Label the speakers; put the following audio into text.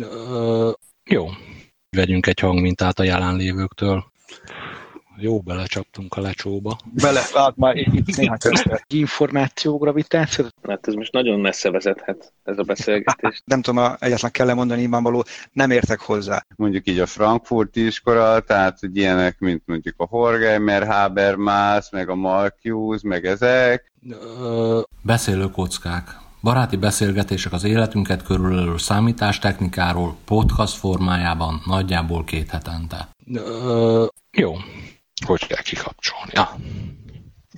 Speaker 1: Ö, jó. Vegyünk egy hangmintát a jelenlévőktől. Jó, belecsaptunk a lecsóba.
Speaker 2: Bele, hát már itt néha közben. Információ gravitáció?
Speaker 3: Hát ez most nagyon messze vezethet, ez a beszélgetés.
Speaker 2: Nem tudom, a- egyetlen kell mondani, nyilvánvaló, nem értek hozzá.
Speaker 4: mondjuk így a frankfurti iskola, tehát hogy ilyenek, mint mondjuk a Horkheimer, Habermas, meg a Marcuse, meg ezek.
Speaker 1: Ö,
Speaker 5: Beszélő kockák. Baráti beszélgetések az életünket körülölő számítástechnikáról podcast formájában nagyjából két hetente.
Speaker 1: ö, jó. Hogy kell kikapcsolni? Ah.